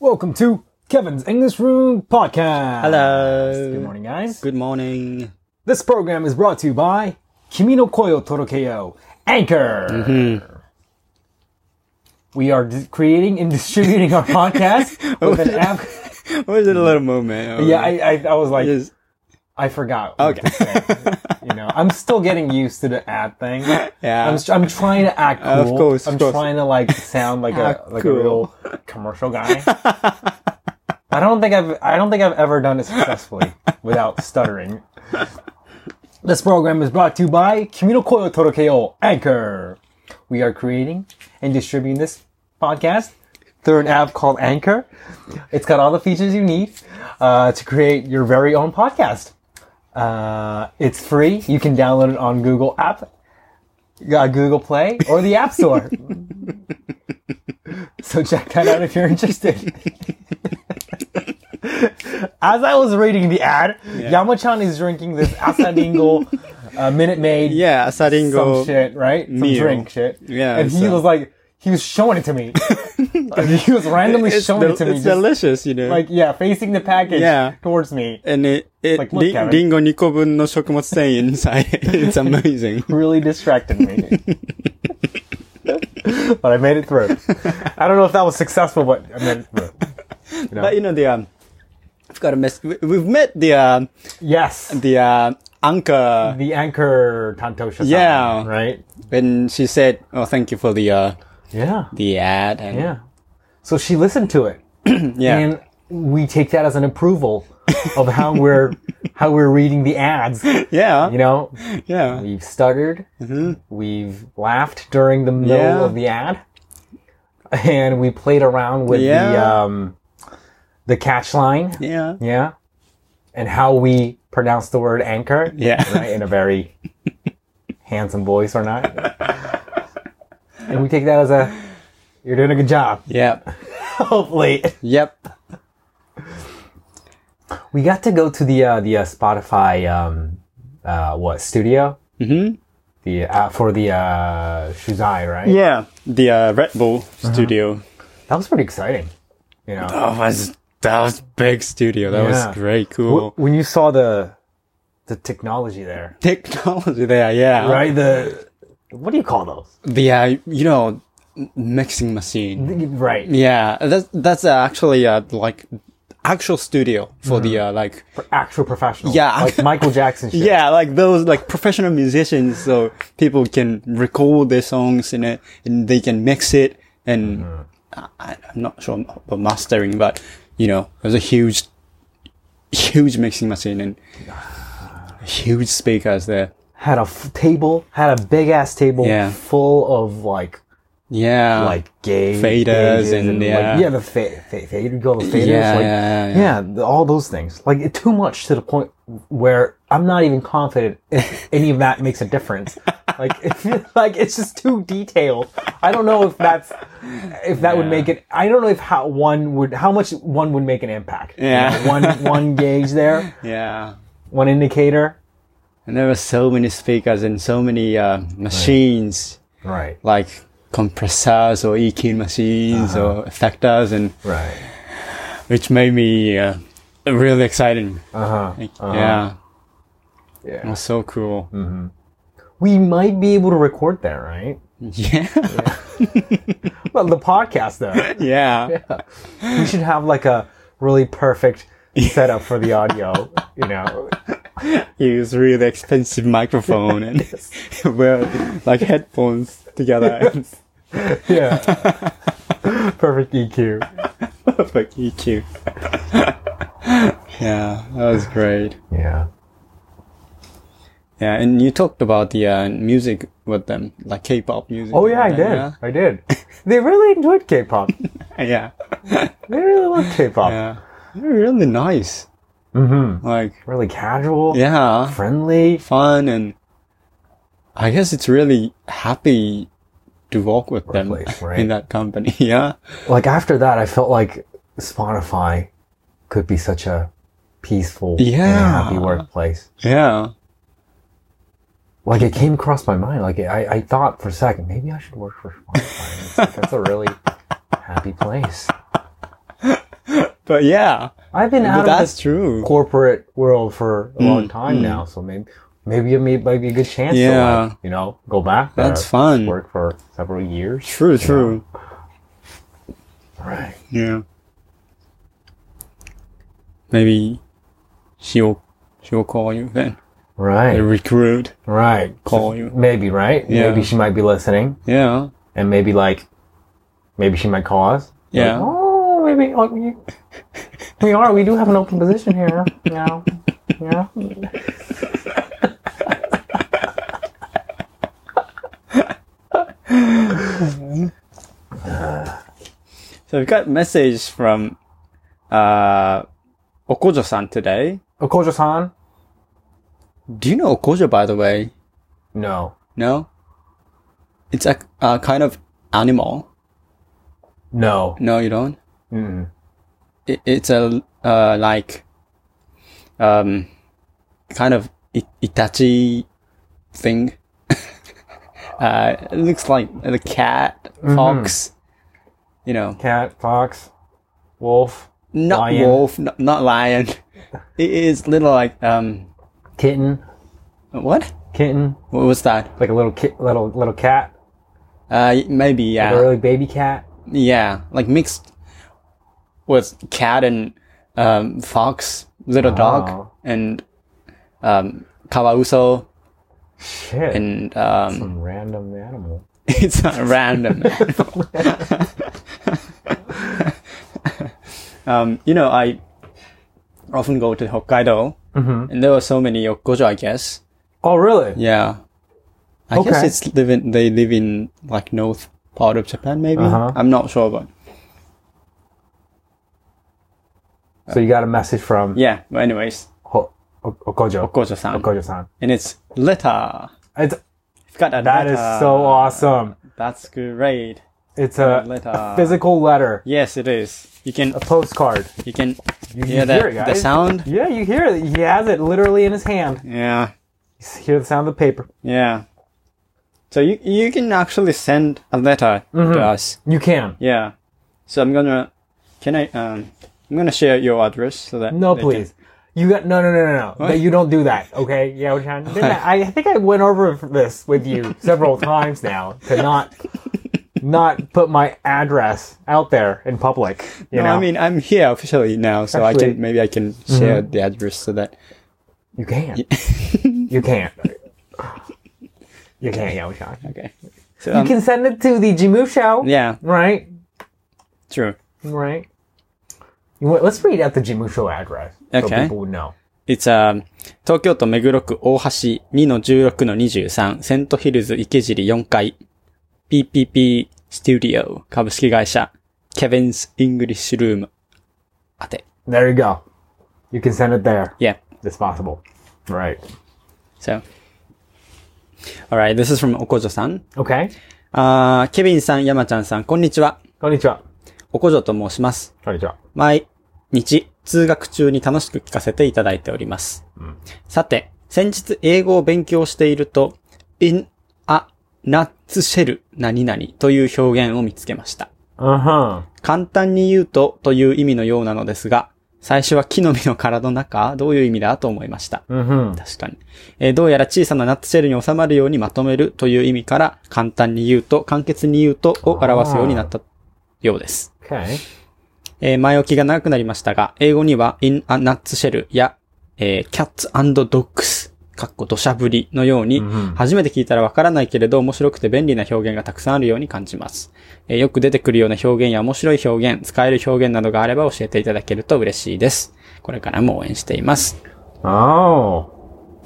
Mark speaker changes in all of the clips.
Speaker 1: Welcome to Kevin's English Room Podcast.
Speaker 2: Hello.
Speaker 1: Good morning, guys.
Speaker 2: Good morning.
Speaker 1: This program is brought to you by Kimi no Koi o Torokeo, Anchor.
Speaker 2: Mm-hmm.
Speaker 1: We are d- creating and distributing our podcast with an app.
Speaker 2: What is it? A little moment.
Speaker 1: Yeah, I, I, I was like,
Speaker 2: Oh, Yes.
Speaker 1: I forgot. what to say. you know, I'm still getting used to the ad thing.
Speaker 2: Yeah.
Speaker 1: I'm, st- I'm trying to act cool.
Speaker 2: Of course, of
Speaker 1: I'm
Speaker 2: course.
Speaker 1: trying to like sound like a
Speaker 2: Act
Speaker 1: like
Speaker 2: cool.
Speaker 1: a real commercial guy. I don't think I've I don't think I've ever done it successfully without stuttering. This program is brought to you by Kimi no Koyo Torokeo Anchor. We are creating and distributing this podcast through an app called Anchor. It's got all the features you need uh, to create your very own podcast. Uh, it's free. You can download it on Google App, uh, Google Play, or the App Store. so check that out if you're interested. As I was reading the ad, Yamachan is drinking this Asaningo uh, Minute Maid
Speaker 2: yeah, Asaringo.
Speaker 1: some shit, right? Some
Speaker 2: meal.
Speaker 1: drink shit.
Speaker 2: Yeah,
Speaker 1: And he
Speaker 2: so-
Speaker 1: was like, he was showing it to me. Like, he was randomly
Speaker 2: It's,
Speaker 1: showing
Speaker 2: del-
Speaker 1: it to me.
Speaker 2: it's
Speaker 1: just,
Speaker 2: delicious, you know.
Speaker 1: like, yeah, facing the package
Speaker 2: Yeah.
Speaker 1: towards me.
Speaker 2: and it, it
Speaker 1: like, look,
Speaker 2: li-
Speaker 1: Kevin.
Speaker 2: リンゴ2個分の食物繊維 inside. It's amazing.
Speaker 1: Really distracted me. but I made it through. I don't know if that was successful, but I made it through.
Speaker 2: But you know the um, we've got a mess. We, we've met the uh,
Speaker 1: Yes. The,
Speaker 2: the uh, anchor
Speaker 1: anchor Tantosha.
Speaker 2: Yeah.
Speaker 1: Right?
Speaker 2: and she said, "Oh, thank you for the uh,
Speaker 1: Yeah.
Speaker 2: the ad." And
Speaker 1: Yeah. So she listened to it.
Speaker 2: yeah.
Speaker 1: And we take that as an approval of how we're how we're reading the ads. You
Speaker 2: yeah,
Speaker 1: know?
Speaker 2: yeah.
Speaker 1: We've stuttered. We've laughed during the middle
Speaker 2: Mm-hmm. Yeah.
Speaker 1: of the ad, and we played around with the
Speaker 2: Yeah.
Speaker 1: um, the catch line. Yeah.
Speaker 2: Yeah.
Speaker 1: and how we pronounce the word anchor.
Speaker 2: Yeah.
Speaker 1: right, in a very handsome voice or not. and we take that as a you're doing a good job.
Speaker 2: Yep.
Speaker 1: Hopefully,
Speaker 2: Yep.
Speaker 1: we got to go to the uh, the uh, Spotify um, uh, what studio.
Speaker 2: Mhm.
Speaker 1: The, uh, for the uh, Shuzai, right?
Speaker 2: Yeah. The uh, Red Bull
Speaker 1: Uh-huh.
Speaker 2: studio.
Speaker 1: That was pretty exciting. You know,
Speaker 2: Oh, That was that was big studio. That
Speaker 1: Yeah.
Speaker 2: was great, cool
Speaker 1: when you saw the the technology there,
Speaker 2: technology there. Yeah,
Speaker 1: right? The what do you call those?
Speaker 2: The uh, you know m- mixing machine.
Speaker 1: Right,
Speaker 2: Yeah, that's that's uh, actually uh, like actual studio for the uh, like
Speaker 1: for actual professionals.
Speaker 2: Yeah.
Speaker 1: like Michael Jackson. Shit.
Speaker 2: yeah like those like professional musicians. So people can record their songs in it and they can mix it and I- I, I'm not sure about mastering, but you know there's a huge huge mixing machine and huge speakers there.
Speaker 1: had a f- table, had a big ass table
Speaker 2: Yeah.
Speaker 1: full of like
Speaker 2: Yeah,
Speaker 1: like gay
Speaker 2: faders
Speaker 1: gauges
Speaker 2: and,
Speaker 1: like,
Speaker 2: yeah.
Speaker 1: yeah, the fa- fa- fader, you call the faders,
Speaker 2: Yeah,
Speaker 1: like
Speaker 2: yeah, yeah.
Speaker 1: the- all those things. Like it, too much to the point where I'm not even confident if any of that makes a difference. Like, if, like it's just too detailed. I don't know if that's if that would
Speaker 2: Yeah.
Speaker 1: make it. I don't know if how one would how much one would make an impact. You
Speaker 2: Yeah.
Speaker 1: know, one one gauge there,
Speaker 2: Yeah.
Speaker 1: one indicator.
Speaker 2: And there were so many speakers and so many uh, machines,
Speaker 1: Right,
Speaker 2: like compressors or EQ machines or
Speaker 1: Uh-huh.
Speaker 2: effectors, and
Speaker 1: right.
Speaker 2: which made me uh, really excited.
Speaker 1: Uh huh.
Speaker 2: Like, Yeah,
Speaker 1: Yeah. Mm.
Speaker 2: it was so cool.
Speaker 1: we might be able to record that, right?
Speaker 2: Yeah,
Speaker 1: Well, the podcast though,
Speaker 2: yeah,
Speaker 1: we should have like a really perfect setup for the audio. You know,
Speaker 2: Use really expensive microphone and wear like headphones together. and
Speaker 1: yeah, perfect E EQ.
Speaker 2: Perfect EQ. yeah, that was great.
Speaker 1: Yeah,
Speaker 2: Yeah, and you talked about the uh, music with them, like K-pop music.
Speaker 1: Oh yeah, I did. I did. They really enjoyed K-pop.
Speaker 2: Yeah, yeah,
Speaker 1: They really loved K-pop.
Speaker 2: yeah. They're really nice. Mm-hmm. Like,
Speaker 1: Really casual,
Speaker 2: yeah,
Speaker 1: friendly.
Speaker 2: fun, and I guess it's really happy to work with them
Speaker 1: Workplace, right.
Speaker 2: in that company. Yeah,
Speaker 1: Like after that, I felt like Spotify could be such a peaceful, and
Speaker 2: Yeah.
Speaker 1: happy workplace.
Speaker 2: yeah,
Speaker 1: like it came across my mind. Like I, I thought for a second, maybe I should work for Spotify. It's like, that's a really happy place.
Speaker 2: But yeah,
Speaker 1: I've been out
Speaker 2: but
Speaker 1: of
Speaker 2: that's
Speaker 1: the
Speaker 2: true.
Speaker 1: corporate world for
Speaker 2: Hmm.
Speaker 1: a long time now, so maybe maybe it may, might be a good chance
Speaker 2: Yeah.
Speaker 1: to like, you know go back. there,
Speaker 2: That's fun.
Speaker 1: Work for several years.
Speaker 2: True, true.
Speaker 1: Right.
Speaker 2: Yeah. Maybe she'll she'll call you then. The
Speaker 1: Right.
Speaker 2: recruit
Speaker 1: Right.
Speaker 2: call you.
Speaker 1: Maybe right.
Speaker 2: Yeah.
Speaker 1: Maybe she might be listening,
Speaker 2: Yeah.
Speaker 1: and maybe like maybe she might call us.
Speaker 2: Yeah.
Speaker 1: Oh, maybe oh, you- we are. We do have an open position here. Yeah. Yeah.
Speaker 2: So we got message from uh Okojo san today.
Speaker 1: Okojo-san?
Speaker 2: Do you know Okojo by the way?
Speaker 1: No.
Speaker 2: No? It's a, a kind of animal.
Speaker 1: No.
Speaker 2: No, you don't? Hmm.
Speaker 1: Mm.
Speaker 2: It, it's a uh like um kind of I- Itachi thing. uh it looks like a cat, fox, you know.
Speaker 1: Cat, fox, wolf,
Speaker 2: not
Speaker 1: Lion.
Speaker 2: wolf, not, not lion. It is little like um
Speaker 1: kitten,
Speaker 2: what?
Speaker 1: kitten,
Speaker 2: What was that?
Speaker 1: like a little kit, little little cat,
Speaker 2: Uh, maybe yeah,
Speaker 1: a really baby cat.
Speaker 2: yeah, like mixed with cat and um fox,
Speaker 1: Oh.
Speaker 2: little dog,
Speaker 1: Wow.
Speaker 2: and um kawauso,
Speaker 1: Shit,
Speaker 2: and um
Speaker 1: some random animal.
Speaker 2: it's a random. animal. um, you know, I often go to Hokkaido,
Speaker 1: Mm-hmm.
Speaker 2: and there were so many yokojo, I guess.
Speaker 1: Oh, really?
Speaker 2: Yeah. I guess
Speaker 1: Okay.
Speaker 2: it's live in, they live in like north part of Japan maybe.
Speaker 1: Uh-huh.
Speaker 2: I'm not sure but
Speaker 1: So you got a message from
Speaker 2: yeah, but anyways,
Speaker 1: Ho- O- Okojo,
Speaker 2: Gojo san.
Speaker 1: Okojo-san.
Speaker 2: And it's letter.
Speaker 1: It's
Speaker 2: It's got a
Speaker 1: that
Speaker 2: letter.
Speaker 1: is so awesome.
Speaker 2: That's great.
Speaker 1: It's a,
Speaker 2: letter.
Speaker 1: a physical letter,
Speaker 2: Yes it is. You can
Speaker 1: a postcard.
Speaker 2: you can
Speaker 1: You
Speaker 2: hear
Speaker 1: can
Speaker 2: that
Speaker 1: it,
Speaker 2: the
Speaker 1: guys.
Speaker 2: sound.
Speaker 1: Yeah, you hear it. He has it literally in his hand.
Speaker 2: Yeah.
Speaker 1: You hear the sound of the paper.
Speaker 2: Yeah. So you you can actually send a letter
Speaker 1: Mm-hmm.
Speaker 2: to us.
Speaker 1: You can.
Speaker 2: Yeah. So I'm gonna can I um I'm gonna share your address so that
Speaker 1: No,
Speaker 2: they can-
Speaker 1: please. You got no, no, no, no, no. That You don't do that, okay? Yeah, we're trying- didn't I, I think I went over this with you several times now to not not put my address out there in public. You
Speaker 2: No,
Speaker 1: know,
Speaker 2: I mean I'm here officially now, so I
Speaker 1: Actually-
Speaker 2: can maybe I can share the address so that
Speaker 1: you can't. you can't. You can't, yeah, You
Speaker 2: okay. So um,
Speaker 1: can send it to the Jimu Show,
Speaker 2: yeah,
Speaker 1: right?
Speaker 2: true.
Speaker 1: Right. You want, let's read out the Jimu Show address so
Speaker 2: Okay.
Speaker 1: people would know.
Speaker 2: It's um 東京都目黒区大橋2の16の23セントヒルズ池尻4階 PPP Studio 株式会社 Kevin's English Room あて
Speaker 1: There you go. You can send it there.
Speaker 2: yeah
Speaker 1: It's possible. Right.
Speaker 2: so all right this is from おこじょさん
Speaker 1: Okay.
Speaker 2: あーケビンさん山ちゃんさんこんにちは
Speaker 1: こんにちは。
Speaker 2: おこじょと申します
Speaker 1: こんにちは。
Speaker 2: 毎日通学中に楽しく聞かせていただいております。さて、先日英語を勉強していると、in a nutshell 何々という表現を見つけました。
Speaker 1: うんふん。
Speaker 2: 簡単に言うとという意味のようなのですが、最初は木の実の殻の中、どういう意味だと思いました。
Speaker 1: うんふん。
Speaker 2: 確かに、えーどうやら小さなナッツシェルに収まるようにまとめるという意味から、簡単に言うと、簡潔に言うとを表すようになったようです。
Speaker 1: Okay.
Speaker 2: えー前置きが長くなりましたが、英語には in a nutshell や、えー cats and dogs、かっこ土砂降りのように、初めて聞いたらわからないけれど面白くて便利な表現がたくさんあるように感じます、えーよく出てくるような表現や面白い表現、使える表現などがあれば教えていただけると嬉しいです。これからも応援しています。
Speaker 1: Oh.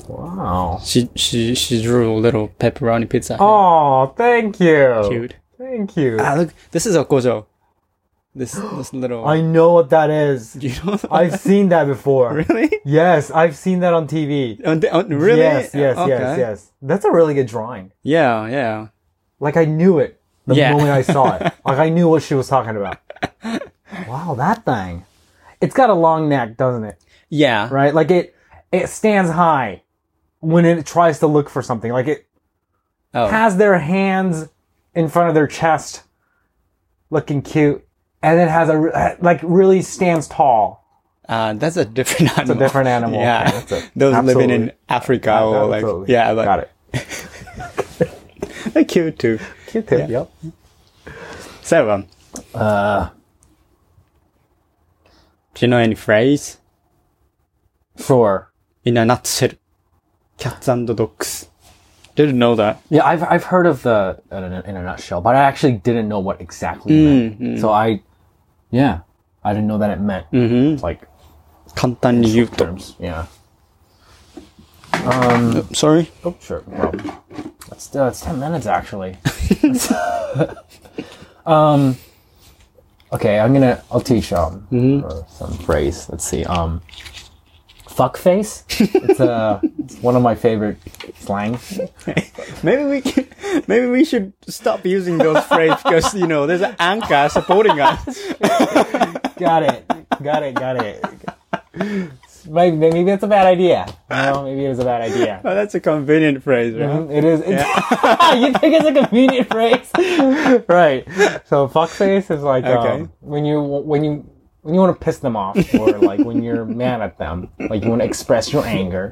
Speaker 1: Wow.
Speaker 2: She, she, she drew a little pepperoni pizza.
Speaker 1: Oh, thank you.
Speaker 2: Cute.
Speaker 1: Thank you.
Speaker 2: Ah, look, this is Okojo. This, this little,
Speaker 1: I know what that is.
Speaker 2: you know,
Speaker 1: I've seen that before.
Speaker 2: really?
Speaker 1: Yes, I've seen that on TV.
Speaker 2: On the- on- really?
Speaker 1: Yes, yes, yes,
Speaker 2: Okay.
Speaker 1: yes. That's a really good drawing.
Speaker 2: Yeah, yeah.
Speaker 1: Like I knew it the
Speaker 2: Yeah.
Speaker 1: moment I saw it. Like I knew what she was talking about. Wow, that thing. It's got a long neck, doesn't it?
Speaker 2: Yeah.
Speaker 1: right? Like it it stands high when it tries to look for something. Like it
Speaker 2: Oh.
Speaker 1: has their hands in front of their chest, looking cute, and it has a re- like really stands tall.
Speaker 2: Uh, that's a different animal. It's
Speaker 1: different animal.
Speaker 2: Yeah.
Speaker 1: Okay, that's a-
Speaker 2: Those living in
Speaker 1: absolutely.
Speaker 2: Africa or Oh, like,
Speaker 1: Absolutely.
Speaker 2: yeah, but
Speaker 1: got it.
Speaker 2: they're cute too.
Speaker 1: Q tip. Yep.
Speaker 2: So, um, uh, do you know any phrase?
Speaker 1: Sure.
Speaker 2: みんななってる。Cats and dogs. Didn't know that.
Speaker 1: Yeah, I've I've heard of the in a, in a nutshell, but I actually didn't know what exactly it meant.
Speaker 2: Mm-hmm.
Speaker 1: So I, yeah, I didn't know that it meant
Speaker 2: Mm-hmm.
Speaker 1: like
Speaker 2: 簡単に言うと。
Speaker 1: terms. Yeah.
Speaker 2: Sorry?
Speaker 1: Oh, sure. Well, that's that's ten minutes actually. um. Okay, I'm gonna I'll teach um uh, some phrase. Let's see. Um. Fuck face. It's uh it's one of my favorite slang.
Speaker 2: Maybe we can, maybe we should stop using those phrase because, you know, there's an anchor supporting us.
Speaker 1: got it. Got it. Got it. Maybe, maybe it's a bad idea. You know, maybe it was a bad idea.
Speaker 2: Oh, that's a convenient phrase, right?
Speaker 1: It is. It's, you think it's a convenient phrase, right? So fuckface is like
Speaker 2: Okay.
Speaker 1: um, when you when you when you want to piss them off, or like when you're mad at them, like you want to express your anger,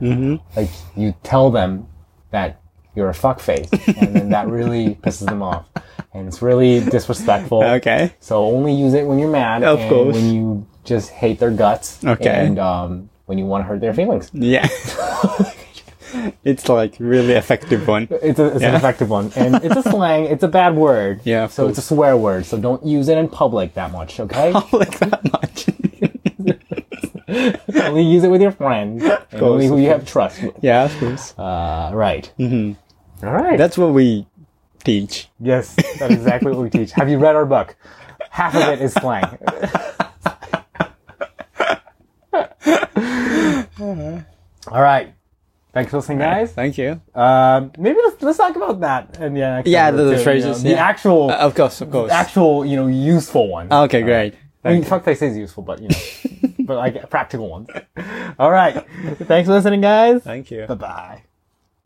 Speaker 1: like you tell them that you're a fuckface, and then that really pisses them off, and it's really disrespectful.
Speaker 2: Okay.
Speaker 1: So only use it when you're mad.
Speaker 2: Of
Speaker 1: and
Speaker 2: course.
Speaker 1: When you just hate their guts.
Speaker 2: Okay.
Speaker 1: And um, when you want to hurt their feelings.
Speaker 2: Yeah. it's like really effective one.
Speaker 1: It's, a, it's an effective one. And it's a slang. It's a bad word.
Speaker 2: Yeah, of
Speaker 1: So it's a swear word. So don't use it in public that much, okay?
Speaker 2: like Oh, that much.
Speaker 1: only use it with your friends. And only who you have trust with.
Speaker 2: yeah, of course.
Speaker 1: Uh, right. Mm-hmm. All right.
Speaker 2: That's what we teach.
Speaker 1: yes, that's exactly what we teach. Have you read our book? Half of it is slang. All right. Thanks for listening, guys.
Speaker 2: Thank you. Uh,
Speaker 1: Um, maybe let's, let's talk about that. And yeah, next
Speaker 2: Yeah,
Speaker 1: time
Speaker 2: the-
Speaker 1: we're
Speaker 2: the
Speaker 1: doing,
Speaker 2: phrases,
Speaker 1: you know, the
Speaker 2: yeah. Uh,
Speaker 1: actual,
Speaker 2: of course, of course.
Speaker 1: actual, you know, useful one.
Speaker 2: Okay, great.
Speaker 1: I mean, fuckface is useful, but you know, but like practical ones. All right, thanks for listening, guys.
Speaker 2: Thank you.
Speaker 1: Bye bye.